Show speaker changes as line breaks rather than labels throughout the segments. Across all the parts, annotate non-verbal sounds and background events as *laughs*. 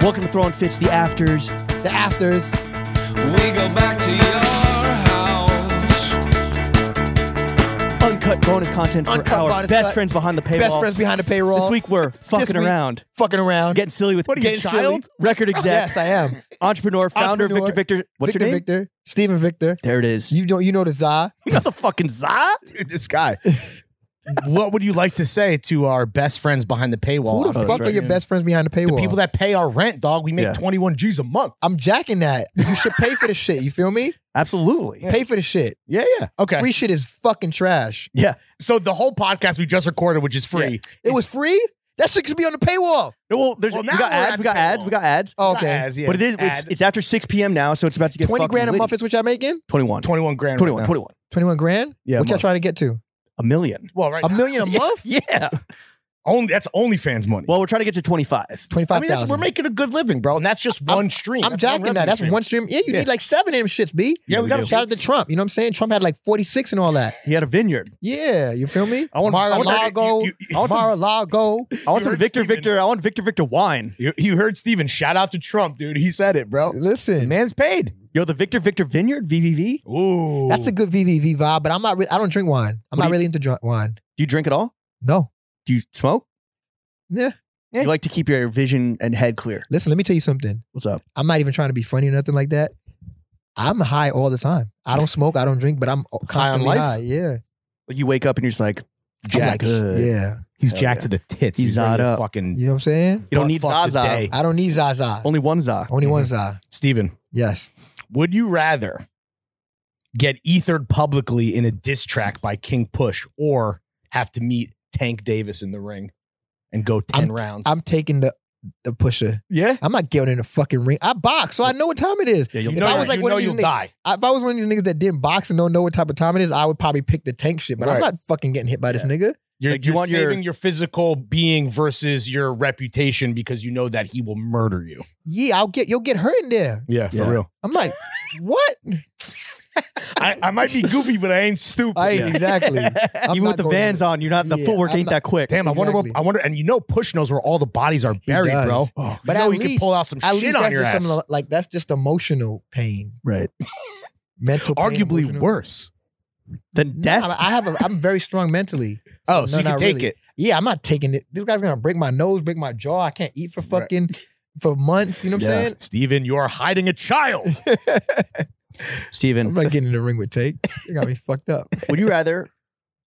Welcome to Throwing Fits the Afters.
The afters.
We go back to your house.
Uncut bonus content for
Uncut
our
bonus
best
cut.
friends behind the paywall.
Best friends behind the payroll.
This week we're fucking
week,
around.
Fucking around.
Getting silly with
What are you,
your
getting silly? *laughs*
child? Record exec,
yes, I am.
entrepreneur, founder of Victor
Entrepreneur.
Victor. What's
Victor
your name?
Victor. Stephen Victor.
There it is.
You know you know the Za.
You got the fucking za?
*laughs* this guy. what would you like to say to our best friends behind the paywall?
Who the
Oh, that's
fuck are
right.
your best friends behind the paywall?
The people that pay our rent, dog. We make
Yeah.
21 G's a month.
I'm jacking that. You should
*laughs*
pay for the shit. You feel me?
Absolutely.
Pay for the shit.
Yeah, yeah. Okay.
Free shit is fucking trash.
Yeah.
So the whole podcast we just recorded, which is free.
It was free? That shit should be on the paywall.
No, Well, there's
Well,
we
now
got
we're
ads,
at
we got
the
ads,
paywall.
we got ads.
Oh, okay.
Ads, yeah.
But it is it's,
Ad.
it's after 6 p.m. now, so it's about to get
20
fucking
grand a month
litty.
is what y'all making?
21.
21 grand.
21,
Right now.
21.
21 grand?
Yeah,
What
a
y'all
month.
trying to get to?
A million.
Well,
*laughs*
right.
A
now.
million a month?
Yeah.
Only that's OnlyFans money.
Well, we're trying to get to 25.
I
25,000.
mean, that's, we're making a good living, bro, and that's just one stream.
I'm
That's one
jacking that.
revenue
That's
stream.
one stream. Yeah, you
Yeah.
need like seven of them shits, B.
Yeah, we
we
got.
do.
Shout out to Trump. You know what I'm saying? Trump had like 46 and all that.
He had a vineyard.
Yeah, you feel me?
I want- I want that-
Mar-a-Lago.
you- you- I want some-
Mar-a-Lago.
I want
You
some
heard
Victor
Steven.
Victor. I want Victor Victor wine.
You, you heard Steven. Shout out to Trump, dude. He said it, bro.
Listen,
Man's paid.
Yo, the Victor Victor Vineyard VVV. Do
Ooh,
that's a good VVV vibe, but I'm not. Re- I don't drink wine.
What do
I'm not
you-
really into dr- wine.
you drink at all?
No.
Do you smoke?
Yeah.
You like to keep your vision and head clear.
Listen, let me tell you something.
What's up?
I'm not even trying to be funny or nothing like that. I'm high all the time. I don't smoke. I don't drink, but I'm constantly high.
life?
Yeah.
Like you wake up and you're just like,
I'm
Jack.
like, yeah.
He's
Hell
jacked
yeah.
to the tits.
He's
ready
not
to
up.
Fucking
You know what I'm saying?
you don't
Butt
need
fuck the
Zaza.
day.
I don't need Zaza.
Only one Za.
Only one Zaza.
Steven,
Yes.
would you rather get ethered publicly in a diss track by King Push or have to meet Tank Davis in the ring and go 10
I'm-
rounds?
I'm taking the the pusher.
yeah.
I'm not getting in the fucking ring. I box, so I know what time it is.
Yeah,
You
you'll
know,
I
I
was like
you
one
know
of these
you'll
niggas-
die.
I- if I was one of these niggas that didn't box and don't know what type of time it is, I would probably pick the tank shit. But I'm
Right.
not fucking getting hit by this
Yeah.
nigga.
You're,
Like, you
you're
want your-
saving your physical being versus your reputation because you know that he will murder you.
Yeah, I'll get you'll get hurt in there.
Yeah,
Yeah.
real.
I'm
*laughs*
like, what?
I, I might be goofy, but I ain't stupid.
I
*laughs*
exactly. *laughs* I'm
Even
not
with the
going
vans
in.
on, you're not the
Yeah,
footwork
I'm
ain't
not-
that quick.
Damn, I wonder what I
Exactly.
wonder, and you know, Push knows where all the bodies are buried,
does.
bro.
Oh,
But
But
you know
at
he could
least-
pull out some
At
shit
least
on
that's
your
just
ass.
some, like that's just emotional pain,
right.
mental, pain,
Arguably
emotional-
worse.
Then
No,
death.
I I have. A, I'm very strong mentally.
Oh, so
No,
you can
not
take
really.
it.
Yeah, I'm not taking it. This guy's gonna break my nose, break my jaw. I can't eat for
Right.
fucking for months. You know what I'm
Yeah.
saying?
Steven, you are hiding a child.
I'm
Steven,
not getting in the ring with Take. You
*laughs*
got me fucked up.
would you rather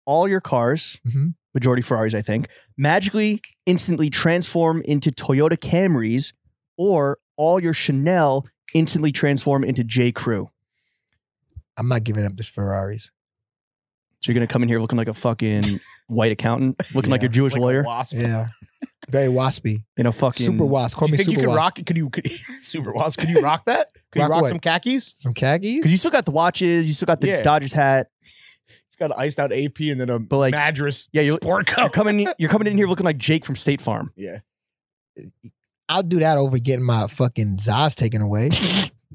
all your cars,
Mhm.
majority Ferraris, I think, magically instantly transform into Toyota Camrys or all your Chanel instantly transform into J. Crew?
I'm not giving up this Ferraris.
So you're gonna come in here looking like a
*laughs*
fucking white accountant, looking like
Yeah,
your Jewish
Like a
lawyer
wasp.
Yeah. Very waspy.
in a fucking
Super wasp. Call
Do you
me
think
super
you could
wasp.
rock it? Could you *laughs* could, super wasp? Could you rock that? Could
Rock
you rock
what?
some khakis?
Some khakis?
Because you still got the watches, you still got the
Yeah.
Dodgers hat.
It's got an iced out AP and then a
But, like,
Madras
yeah, you're- *laughs*
sport
You're
cup. *laughs*
coming, you're coming in here looking like Jake from State Farm.
I'll do that over getting my fucking Zaz taken away.
*laughs*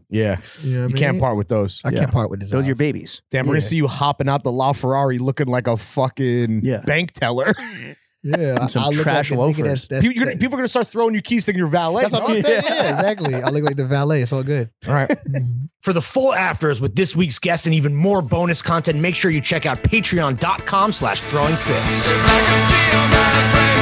Yeah,
You know what I
you
mean?
can't part with those.
I
Yeah.
can't part with this.
Those are your babies.
Damn, we're gonna
Yeah.
see you hopping out the LaFerrari looking like a fucking
Yeah.
bank teller.
yeah, I-
*laughs*
and *laughs* some
I'll look
trash
the nigga
loafers.
That's, that's,
people, you're gonna, people are gonna start throwing you keys thinking you're valet.
that's what I'm
dog.
saying. Yeah, exactly. I look like the valet. It's all good. *laughs*
All right.
Mhm.
For the full afters with this week's guest and even more bonus content, make sure you check out patreon.com slash throwing fits.
If I could see your mind, baby.